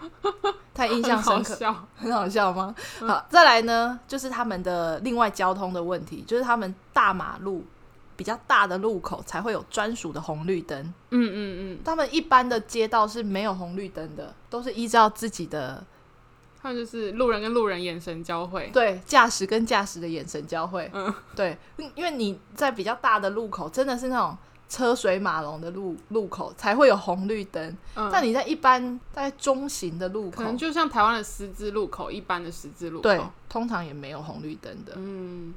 A: 太印象
B: 很好
A: 深刻，
B: 笑。
A: 很好笑吗？
B: 嗯
A: 好，再来呢，就是他们的另外交通的问题，就是他们大马路。比较大的路口才会有专属的红绿灯，
B: 嗯嗯嗯，
A: 他们一般的街道是没有红绿灯的，都是依照自己的
B: 他们就是路人跟路人眼神交汇。
A: 对，驾驶跟驾驶的眼神交汇。
B: 嗯，
A: 对，因因为你在比较大的路口，真的是那种车水马龙的路路口才会有红绿灯，
B: 嗯，
A: 但你在一般大概中型的路
B: 可
A: 口
B: 能，就像台湾的十字路口，一般的十字路口。
A: 对，通常也没有红绿灯的。
B: 嗯，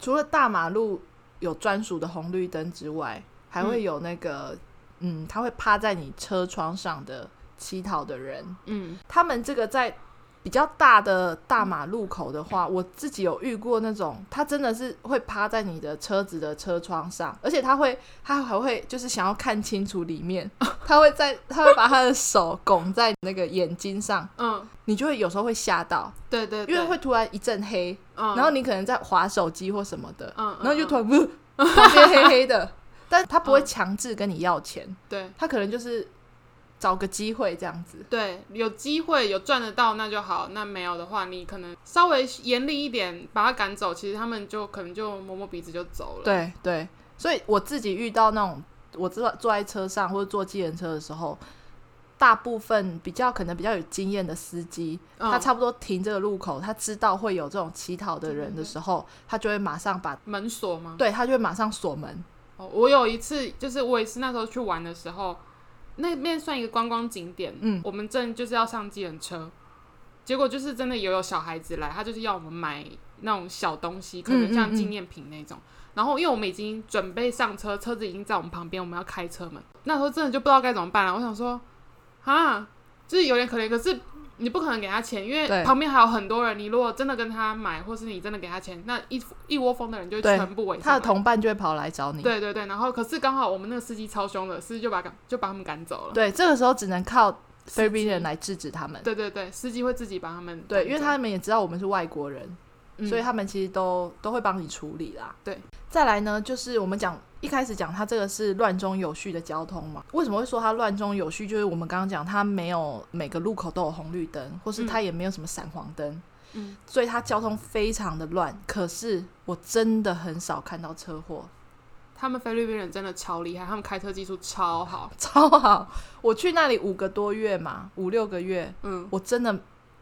A: 除了大马路有专属的红绿灯之外，还会有那个，嗯，他会趴在你车窗上的乞讨的人。
B: 嗯
A: 他们这个在比较大的大马路口的话，我自己有遇过那种，他真的是会趴在你的车子的车窗上，而且他会，他还会就是想要看清楚里面， 他会在，他会把他的手拱在那个眼睛上，
B: 嗯，
A: 你就会有时候会吓到，
B: 对对，
A: 因为
B: 对，
A: 会突然一阵黑，
B: 嗯，
A: 然后你可能在划手机或什么的，
B: 嗯，嗯，
A: 然后就
B: 嗯
A: 突然旁边黑黑的，但他不会强制跟你要钱，
B: 对
A: 他可能就是找个机会这样子。
B: 对，有机会有赚得到那就好，那没有的话，你可能稍微严厉一点把他赶走，其实他们就可能就摸摸鼻子就走了。，
A: 对对，所以我自己遇到那种我坐坐在车上或者坐计程车的时候，大部分比较可能比较有经验的司机，
B: 嗯、
A: 他差不多停这个路口，他知道会有这种乞讨的人的时候，他就会马上把
B: 门锁吗？
A: 对他就会马上锁门。
B: 哦，我有一次就是我也是那时候去玩的时候，那边算一个观光景点，
A: 嗯
B: 我们正就是要上计程车，结果就是真的也有小孩子来，他就是要我们买那种小东西，可
A: 嗯
B: 能
A: 嗯
B: 像
A: 嗯
B: 纪念品那种。然后因为我们已经准备上车，车子已经在我们旁边，我们要开车门，那时候真的就不知道该怎么办了。我想说，啊，就是有点可怜，可是。你不可能给他钱，因
A: 对
B: 为旁边还有很多人。你如果真的跟他买，或是你真的给他钱，那一一窝蜂的人就
A: 对
B: 全部围上
A: 他
B: 来。
A: 的同伴就会跑来找你。
B: 对对对，然后可是刚好我们那个司机超凶的，司机就把赶就把他们赶走了。
A: 对，这个时候只能靠菲律宾
B: 司机
A: 人来制止他们。
B: 对对对，司机会自己把他们
A: 对，
B: 赶
A: 因为
B: 走
A: 他们也知道我们是外国人，
B: 嗯
A: 所以他们其实都都会帮你处理啦。
B: 对，
A: 再来呢，就是我们讲一开始讲它这个是乱中有序的交通嘛，为什么会说它乱中有序？就是我们刚刚讲它没有每个路口都有红绿灯，或是它也没有什么闪黄灯，
B: 嗯，
A: 所以它交通非常的乱。可是我真的很少看到车祸，
B: 他们菲律宾人真的超厉害，他们开车技术超好。
A: 超好。我去那里五个多月嘛，五六个月，
B: 嗯，
A: 我真的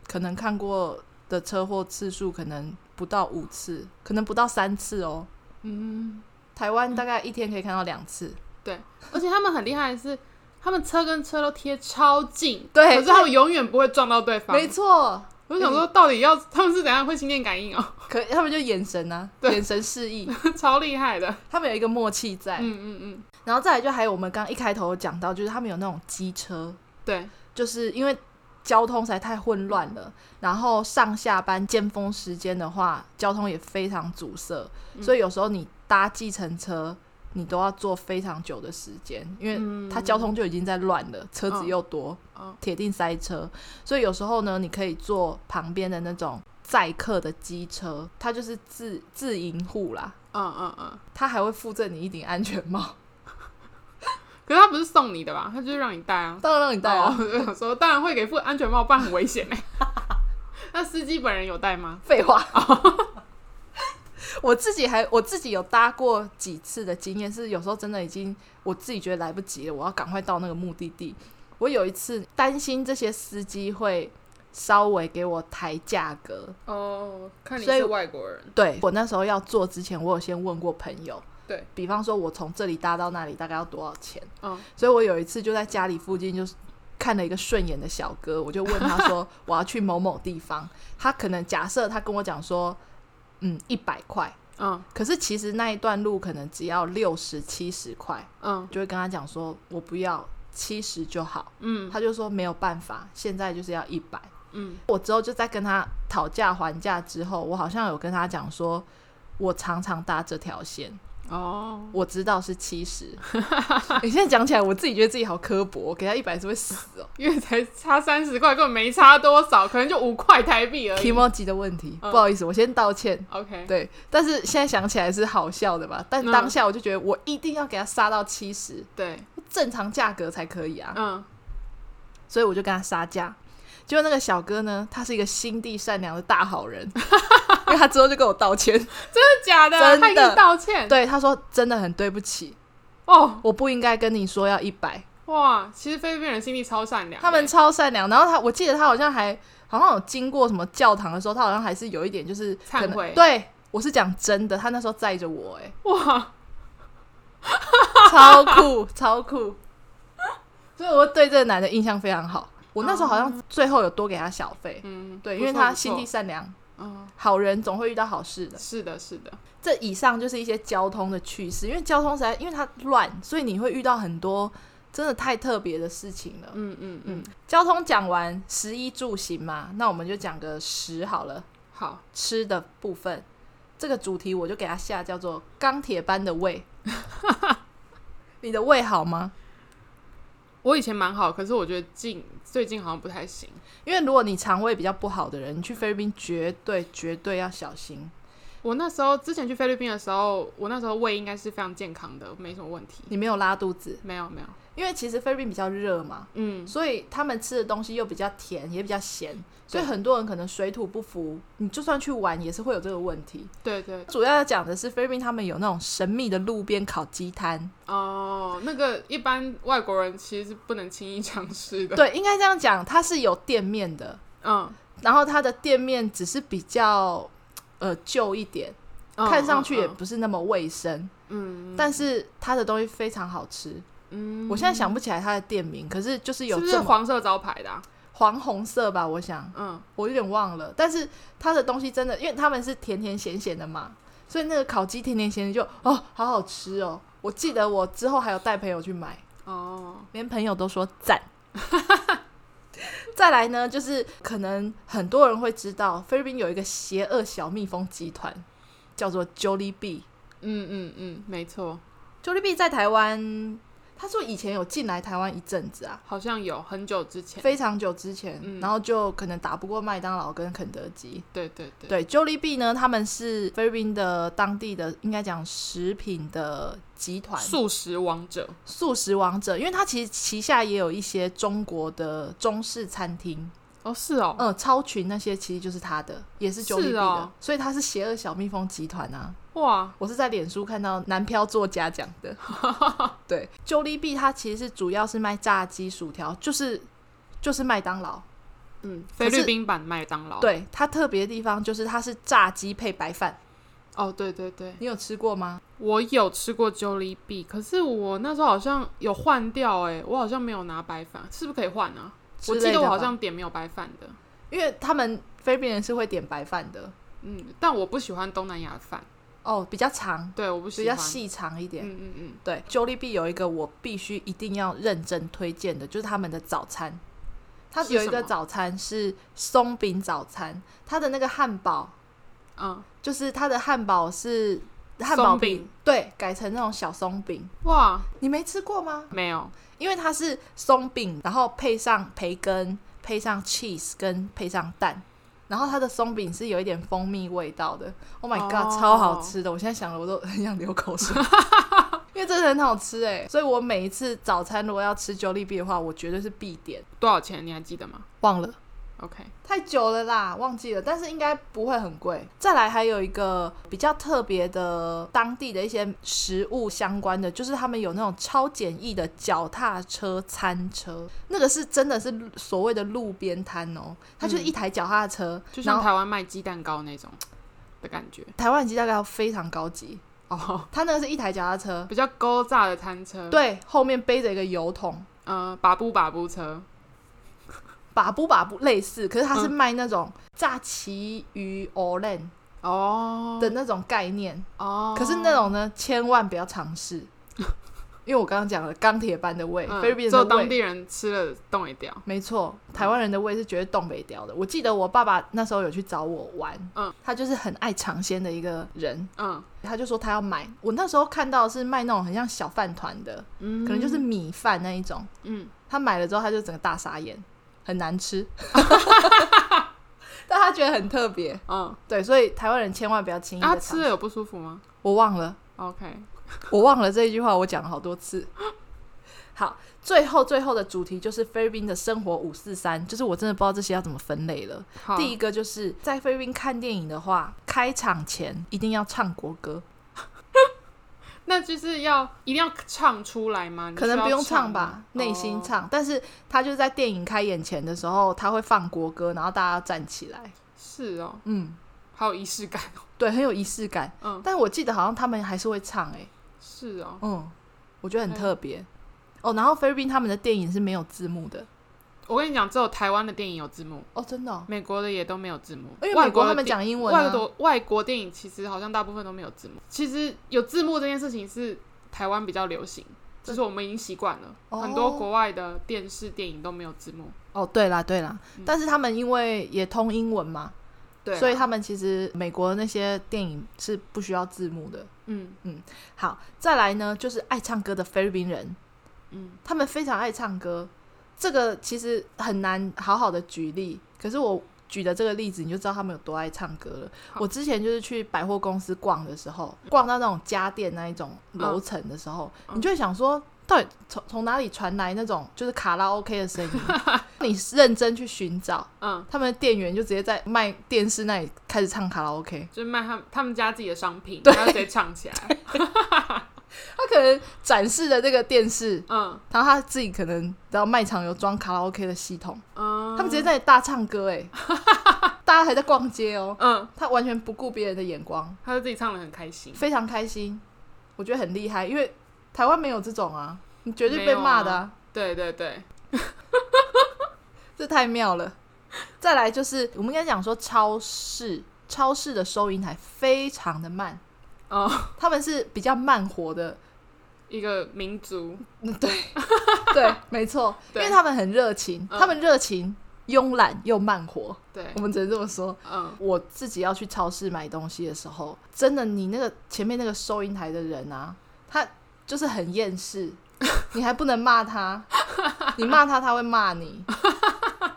A: 可能看过的车祸次数可能不到五次，可能不到三次哦。
B: 嗯，
A: 台湾大概一天可以看到两 次，
B: 而且他们很厉害的是，他们车跟车都贴超近，
A: 对
B: 可是他们永远不会撞到对方。
A: 没错。
B: 我就想说，到底要他们是怎样会心电感应哦，
A: 可他们就眼神啊，
B: 对
A: 眼神示 意，
B: 超厉害的。
A: 他们有一个默契在。
B: 嗯嗯嗯，
A: 然后再来就还有我们刚一开头有讲到，就是他们有那种机车，
B: 对，
A: 就是因为交通实在太混乱了，然后上下班尖峰时间的话，交通也非常阻塞，
B: 嗯
A: 所以有时候你搭计程车，你都要坐非常久的时间，因为
B: 嗯
A: 它交通就已经在乱了，车子又多
B: 嗯，
A: 铁定塞车，所以有时候呢，你可以坐旁边的那种载客的机车，它就是自自营户啦，
B: 嗯嗯嗯。
A: 它还会附赠你一顶安全帽，
B: 可是他不是送你的吧？他就是让你戴啊。
A: 当然让你戴啊。
B: 哦我就想说，当然会给副安全帽，不然很 危险呢。欸那司机本人有戴吗？
A: 废话。 我自己还我自己有搭过几次的经验，是有时候真的已经我自己觉得来不及了，我要赶快到那个目的地。我有一次担心这些司机会稍微给我抬价格，
B: 哦，看
A: 你是所以
B: 外国人，
A: 对我那时候要做之前，我有先问过朋友，
B: 对，
A: 比方说我从这里搭到那里大概要多少钱，
B: 嗯，
A: 所以我有一次就在家里附近就是。看了一个顺眼的小哥，我就问他说我要去某某地方，他可能假设他跟我讲说，嗯，一百块，
B: 嗯
A: 可是其实那一段路可能只要六十七十块，
B: 嗯
A: 就会跟他讲说我不要七十就好，
B: 嗯
A: 他就说没有办法，现在就是要一百。
B: 嗯
A: 我之后就在跟他讨价还价之后，我好像有跟他讲说，我常常搭这条线，
B: 哦，
A: 我知道是七 十。你现在讲起来，我自己觉得自己好刻薄，给他一百是会死 哦。
B: 因为才差三十块，根本没差多少，可能就五块台币而
A: i
B: 已。
A: m o j i 的问题，
B: 嗯
A: 不好意思，我先道歉。
B: OK，
A: 对，但是现在想起来是好笑的吧？但
B: 嗯
A: 当下我就觉得我一定要给他杀到七十，
B: 对，
A: 正常价格才可以啊。
B: 嗯
A: 所以我就跟他杀价。结果那个小哥呢，他是一个心地善良的大好 人，因为他之后就跟我道歉，
B: 真的假的？
A: 真的
B: 他已经道歉。
A: 对他说真的很对不起，
B: 哦，
A: 我不应该跟你说要一百。
B: 哇，其实菲律宾人心地超善良的，
A: 他们超善良，然后他我记得他好像还好像有经过什么教堂的时候，他好像还是有一点就是可能
B: 忏悔
A: 对，我是讲真的，他那时候载着我、哎，
B: 哇，
A: 超 酷超酷，所以我对这个男的印象非常好。我那时候好
B: 哦
A: 像最后有多给他小费，
B: 嗯，
A: 对，
B: 不
A: 因为
B: 错
A: 他
B: 不错
A: 心地嗯善良，
B: 嗯，
A: 好人总会遇到好事的。
B: 是的，是的，
A: 这以上就是一些交通的趣事，因为交通实在因为它乱，所以你会遇到很多真的太特别的事情了。
B: 嗯嗯嗯，
A: 交通讲完，食衣住行嘛，那我们就讲个食好了，
B: 好，
A: 吃的部分。这个主题我就给它下叫做“钢铁般的 胃”。你的胃好吗？
B: 我以前蛮好，可是我觉得近最近好像不太行。
A: 因为如果你肠胃比较不好的人，你去菲律宾绝对绝对要小心。
B: 我那时候之前去菲律宾的时候，我那时候胃应该是非常健康的，没什么问题。
A: 你没有拉肚子，
B: 没有没有，
A: 因为其实菲律宾比较热嘛，
B: 嗯，
A: 所以他们吃的东西又比较甜，也比较咸，所以很多人可能水土不服，你就算去玩也是会有这个问题。
B: 对对，
A: 主要要讲的是菲律宾他们有那种神秘的路边烤鸡摊，
B: 哦，那个一般外国人其实是不能轻易尝试的。
A: 对，应该这样讲，它是有店面的，
B: 嗯，
A: 然后它的店面只是比较呃旧一点，
B: 嗯
A: 看上去也
B: 嗯
A: 不是那么卫生，
B: 嗯，嗯
A: 但是它的东西非常好吃。
B: 嗯，
A: 我现在想不起来它的店名，可是就是有
B: 是不
A: 这
B: 是
A: 么
B: 黄色招牌的啊、嗯
A: 黄红色吧，我想。我有点忘了，但是它的东西真的，因为他们是甜甜咸咸的嘛，所以那个烤鸡甜甜咸咸就哦，好好吃哦。我记得我之后还有带朋友去买，
B: 嗯，哦，
A: 连朋友都说赞。再来呢，就是可能很多人会知道，菲律宾有一个邪恶小蜜蜂集团，叫做 Jollibee。
B: 嗯嗯嗯，没错，
A: Jollibee 在台湾，他说以前有进来台湾一阵子啊，
B: 好像有很久之前。
A: 非常久之前，
B: 嗯
A: 然后就可能打不过麦当劳跟肯德基，
B: 对对
A: 对
B: 对，
A: ，Jollibee 呢，他们是菲律宾的当地的，应该讲食品的集团
B: 素食王者。
A: 素食王者，因为它其实旗下也有一些中国的中式餐厅，
B: 哦，是哦，
A: 嗯、超群那些其实就是它的，也是
B: 是
A: Jollibee 的，
B: 哦
A: 所以它是邪恶小蜜蜂集团啊。
B: 哇，
A: 我是在脸书看到南漂作家讲的， 对，Jollibee 它其实是主要是卖炸鸡、薯条，就是就是麦当劳，
B: 嗯，
A: 可
B: 菲
A: 是
B: 律宾版麦当劳。，
A: 对，它特别的地方就是它是炸鸡配白饭，
B: 哦，对对对，
A: 你有吃过吗？
B: 我有吃过 Jollibee，可是我那时候好像有换掉、欸，我好像没有拿白饭，是不是可以换啊？
A: 之
B: 我
A: 类
B: 记
A: 的
B: 得我好
A: 吧
B: 像点没有白饭的，
A: 因为他们菲律宾人是会点白饭的
B: 嗯，但我不喜欢东南亚的饭，
A: 哦，比较长，
B: 对，我不
A: 比
B: 喜
A: 较
B: 欢。
A: 细长一点。
B: 嗯嗯嗯，
A: 对，Jollibee 有一个我必须一定要认真推荐的，就是他们的早餐。它
B: 是
A: 有一
B: 什
A: 个
B: 么
A: 早餐是松饼早餐，它的那个汉堡
B: 嗯，
A: 就是它的汉堡是汉堡
B: 松
A: 皮
B: 饼，
A: 对，改成那种小松饼。
B: 哇，
A: 你没吃过吗？
B: 没有，
A: 因为它是松饼，然后配上培根，配上 cheese 跟配上蛋，然后它的松饼是有一点蜂蜜味道的，Oh my god，、
B: 哦
A: 超好吃的！我现在想了我都很想流口水，因为真的很好吃哎。所以我每一次早餐如果要吃 j o l l i b e 的话，我绝对是必点。
B: 多少钱？你还记得吗
A: 忘了。
B: ？OK，
A: 太久了啦，忘记了，但是应该不会很贵。再来还有一个比较特别的当地的一些食物相关的，就是他们有那种超简易的脚踏车餐车，那个是真的是路所谓的路边摊哦，它就是一台脚踏车，
B: 就
A: 然
B: 像
A: 后
B: 台湾卖鸡蛋糕那种的感觉
A: 台湾鸡大概要非常高级，
B: 哦，
A: 它那个是一台脚踏车，
B: 比较勾炸的餐车，，
A: 对，后面背着一个油桶，
B: 呃，把布把布车，
A: 把布把布类似，可是它是
B: 嗯
A: 卖那种炸旗鱼 o l e n
B: 哦
A: 的那种概念。
B: 哦，
A: 可是那种呢，千万不要尝 试，因为我刚刚讲了钢铁般的胃，
B: 嗯
A: 菲律宾
B: 只有
A: 人的
B: 当
A: 胃，
B: 地人吃了冻得掉，
A: 没错，台湾人的胃是绝对东北掉的。我记得我爸爸那时候有去找我玩，
B: 嗯，
A: 他就是很爱尝鲜的一个人，
B: 嗯
A: 他就说他要买。我那时候看到是卖那种很像小饭团的，
B: 嗯，
A: 可能就是米饭那一种。
B: 嗯，
A: 他买了之后，他就整个大傻眼，很难 吃， 但他觉得很特别。
B: 嗯，
A: 对，所以台湾人千万不要轻易
B: 啊，
A: 的
B: 吃
A: 尝。
B: 了有不舒服吗
A: 我忘了。
B: ？OK，
A: 我忘了这一句话，我讲了好多次。好，最后最后的主题就是菲律宾的生活五四三，就是我真的不知道这些要怎么分类了。
B: 好，
A: 第一个就是在菲律宾看电影的话，开场前一定要唱国歌，
B: 那就是要一定要唱出来吗？你
A: 可能
B: 嗯需要
A: 不用唱
B: 唱哦
A: 吧
B: 吗，
A: 内心。唱。但是他就是在电影开演前的时候，他会放国歌，然后大家要站起来，
B: 哦是哦，
A: 嗯，
B: 好有仪式感 哦。
A: 对，很有仪式感。
B: 嗯，
A: 但我记得好像他们还是会唱、欸，
B: 是哦，
A: 嗯，我觉得很
B: 对
A: 特别。哦，然后菲律宾他们的电影是没有字幕的，
B: 我跟你讲，只有台湾的电影有字幕，
A: 哦，真的哦、
B: 美国的也都没有字幕。
A: 因为
B: 外
A: 美国
B: 的
A: 他们
B: 电
A: 讲英文、啊，
B: 外国外国电影其实好像大部分都没有字幕。其实有字幕这件事情是台湾比较流行，就是我们已经习惯了，
A: 哦
B: 很多国外的电视电影都没有字幕。
A: 哦，对啦对啦，
B: 嗯
A: 但是他们因为也通英文嘛，
B: 对啊，
A: 所以他们其实美国那些电影是不需要字幕的。
B: 嗯
A: 好，再来呢，就是爱唱歌的菲律宾人，
B: 嗯
A: 他们非常爱唱歌，这个其实很难好好的举例，可是我。举的这个例子，你就知道他们有多爱唱歌了。
B: 好
A: 我之前就是去百货公司逛的时候，逛到那种家电那一种楼层的时候，
B: 嗯
A: 你就会想说，到底从从哪里传来那种就是卡拉 OK 的声 音？你认真去寻找，
B: 嗯，
A: 他们的店员就直接在卖电视那里开始唱卡拉 OK，
B: 就是卖他们他们家自己的商品，然后直接唱起来。
A: 他可能展示的这个电视，
B: 嗯
A: 然后他自己可能然后卖场有装卡拉 OK 的系统，
B: 嗯，
A: 他们直接在那里大唱歌 哎、大家还在逛街哦，
B: 嗯，
A: 他完全不顾别人的眼光，
B: 他就自己唱的很开心。
A: 非常开心，我觉得很厉害，因为台湾没有这种啊，你绝对被骂的、啊，
B: 对对对，
A: 这太妙了。再来就是我们应该讲说超市，超市的收银台非常的慢，
B: 哦，
A: 他们是比较慢活的
B: 一个民族，
A: 嗯，对， 对，没错，因
B: 对
A: 为他们很热情，
B: 嗯
A: 他们热情、慵懒又慢活，
B: 对
A: 我，们只能这么说。
B: 嗯
A: 我自己要去超市买东西的时候，真的，你那个前面那个收银台的人啊，他就是很厌世，你还不能骂 他，你骂他他会骂你，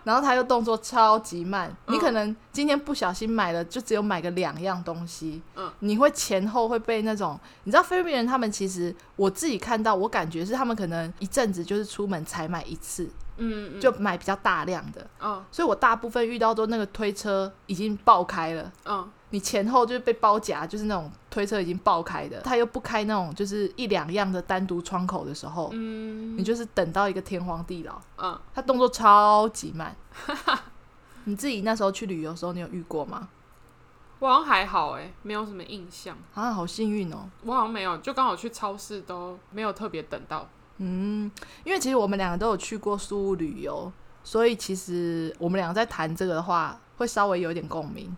A: 然后他又动作超级慢，
B: 嗯
A: 你可能今天不小心买了，就只有买个两样东西，
B: 嗯
A: 你会前后会被那种，你知道菲律宾人他们其实我自己看到，我感觉是他们可能一阵子就是出门才买一次，
B: 嗯，嗯
A: 就买比较大量的，
B: 嗯
A: 所以我大部分遇到都那个推车已经爆开了。
B: 嗯
A: 你前后就是被包夹，就是那种推车已经爆开的，他又不开那种就是一两样的单独窗口的时候，
B: 嗯，
A: 你就是等到一个天荒地老。
B: 嗯，
A: 他动作超级 慢。 你自己那时候去旅游的时候，你有遇过吗？
B: 我好像还好哎，没有什么印象。
A: 啊，好幸运哦。
B: 我好像没有，就刚好去超市都没有特别等到。
A: 嗯，因为其实我们两个都有去过苏屋旅游，所以其实我们两个在谈这个的话，会稍微有一点共鸣。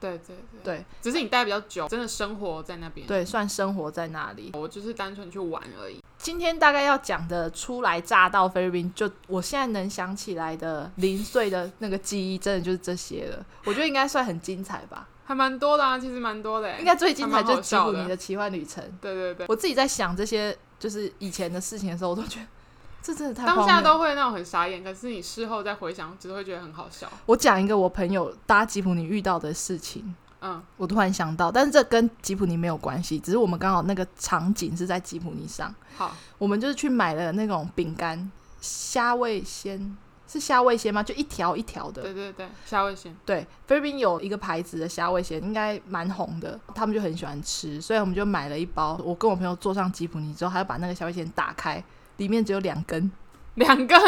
B: 对对对，
A: 对
B: 只是你待比较久，真的生活在那边。，
A: 对，嗯算生活在那里。
B: 我就是单纯去玩而已。
A: 今天大概要讲的初来乍到菲律宾，就我现在能想起来的零碎的那个记忆，真的就是这些了。我觉得应该算很精彩吧，
B: 还蛮多的啊，其实蛮多的欸。
A: 应该最精彩就
B: 还蛮
A: 是吉
B: 好笑
A: 普
B: 的
A: 尼的奇幻旅程。
B: 对对对，
A: 我自己在想这些就是以前的事情的时候，我都觉得这真的太
B: 当
A: 荒
B: 下
A: 谬了。
B: 都会那种很傻眼，可是你事后再回想，只会觉得很好笑。
A: 我讲一个我朋友搭吉普尼遇到的事情，
B: 嗯
A: 我突然想到，但是这跟吉普尼没有关系，只是我们刚好那个场景是在吉普尼上，
B: 好，
A: 我们就是去买了那种饼干，虾味鲜是虾味鲜吗？就一条一条的，
B: 对对对，夏威夷
A: 对，菲律宾有一个牌子的虾味鲜，应该蛮红的，他们就很喜欢吃，所以我们就买了一包。我跟我朋友坐上吉普尼之后，他就把那个虾味鲜打开，里面只有两根，
B: 两根，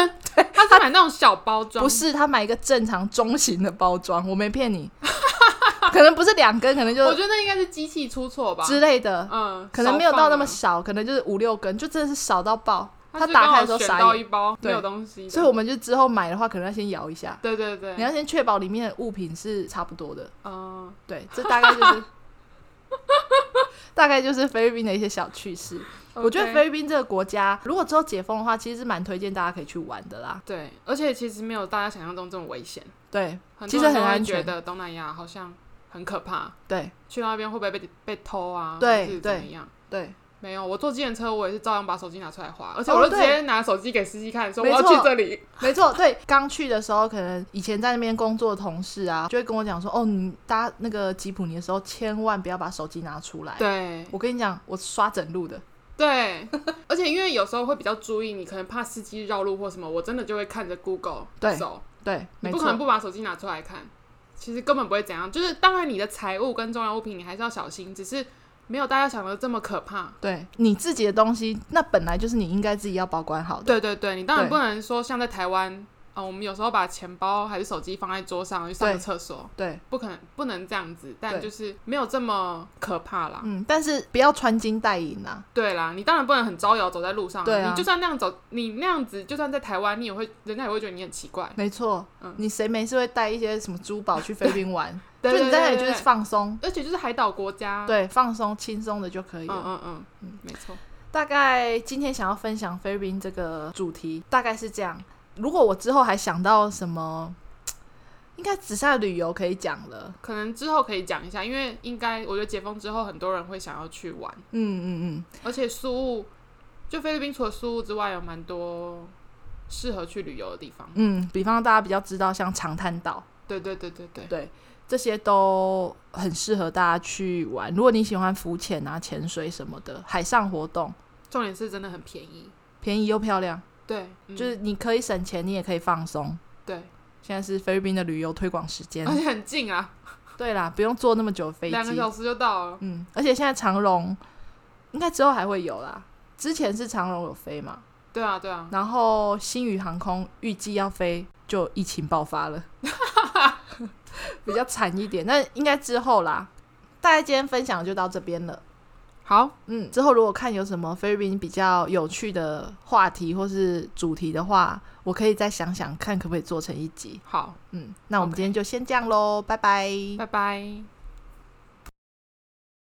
B: 他是买那种小包装，
A: 不是他买一个正常中型的包装，我没骗 你，可能不是两根，可能
B: 我
A: 就
B: 觉得那应该是机器出错吧，
A: 之类的，
B: 嗯，
A: 可能没有到那么
B: 少
A: 少，可能就是五六根，就真的是少到爆。
B: 放
A: 他
B: 啊。
A: 打开的时候
B: 他是
A: 傻
B: 刚好选到
A: 眼，
B: 一包没
A: 对
B: 有东西的，
A: 所以我们就之后买的话，可能要先摇一下，
B: 对对对，
A: 你要先确保里面的物品是差不多的。
B: 嗯，
A: 对，这大概就是 大概就是菲律宾的一些小趣事。我觉得
B: OK
A: 菲律宾这个国家，如果之后解封的话，其实蛮推荐大家可以去玩的啦。
B: 对，而且其实没有大家想象中这么危险，
A: 对
B: 很
A: 其
B: 多
A: 实
B: 人
A: 很
B: 都会
A: 安
B: 觉
A: 全
B: 得东南亚好像很可怕，
A: 对
B: 去到那边会不会被被偷啊，
A: 对
B: 或是怎
A: 对
B: 么样？
A: 对，
B: 没有，我坐计程车，我也是照样把手机拿出来划，而且
A: 哦
B: 我就直
A: 对
B: 接拿手机给司机看，说我
A: 没
B: 要去
A: 错
B: 这里。
A: 没错。对，刚去的时候，可能以前在那边工作的同事啊，就会跟我讲说：“哦，你搭那个吉普尼的时候，千万不要把手机拿出来。”，
B: 对
A: 我跟你讲，我刷整路的。
B: 对，而且因为有时候会比较注意，你可能怕司机绕路或什么，我真的就会看着 Google
A: 对
B: 走，
A: 对，
B: 你
A: 没
B: 不可能
A: 错，
B: 不把手机拿出来看。其实根本不会怎样，就是当然你的财物跟重要物品你还是要小心，只是没有大家想的这么可怕。
A: 对你自己的东西，那本来就是你应该自己要保管好的。
B: 对对对，你当然
A: 对
B: 不能说像在台湾啊、我们有时候把钱包还是手机放在桌上去上个
A: 对
B: 厕所，
A: 对，
B: 不可能不能这样子，但
A: 对
B: 就是没有这么可怕啦。
A: 嗯，但是不要穿金戴银啊。
B: 对啦，你当然不能很招摇走在路上、
A: 对啊
B: 你就算那样走，你那样子就算在台湾，你也会人家也会觉得你很奇怪。
A: 没错，
B: 嗯
A: 你谁没事会带一些什么珠宝去菲律宾 玩？
B: 对
A: 就
B: 对
A: 你在那里
B: 对
A: 就
B: 对
A: 是放松，
B: 而且就是海岛国家，，
A: 对，放松轻松的就可以
B: 嗯
A: 了。
B: 嗯嗯嗯，没错，
A: 大概今天想要分享菲律宾这个主题，大概是这样。如果我之后还想到什么，应该只剩下旅游可以讲了。
B: 可能之后可以讲一下，因为应该我觉得解封之后很多人会想要去玩，
A: 嗯嗯嗯，
B: 而且宿务，就菲律宾除了宿务之外，有蛮多适合去旅游的地方。
A: 嗯，比方大家比较知道像长滩岛，
B: 对对对对对，
A: 对，这些都很适合大家去玩。如果你喜欢浮潜啊、潜水什么的，海上活动
B: 重点是真的很便宜，
A: 便宜又漂亮，
B: 对，嗯
A: 就是你可以省钱，你也可以放松。
B: 对，
A: 现在是菲律宾的旅游推广时间
B: 而。且很近啊，
A: 对啦，不用坐那么久的飞
B: 两个
A: 机
B: 小。时就到了。
A: 嗯，而且现在长荣应该之后还会有啦。之前是长荣有飞嘛，
B: 对啊对啊，
A: 然后新宇航空预计要飞，就疫情爆发 了，比较惨一点。但应该之后啦，大家今天分享就到这边了。
B: 好，
A: 嗯，之后如果看有什么菲律宾比较有趣的话题或是主题的话，我可以再想想看可不可以做成一集。
B: 好，
A: 嗯，那我们
B: OK
A: 今天就先这样喽，拜拜。
B: 拜拜。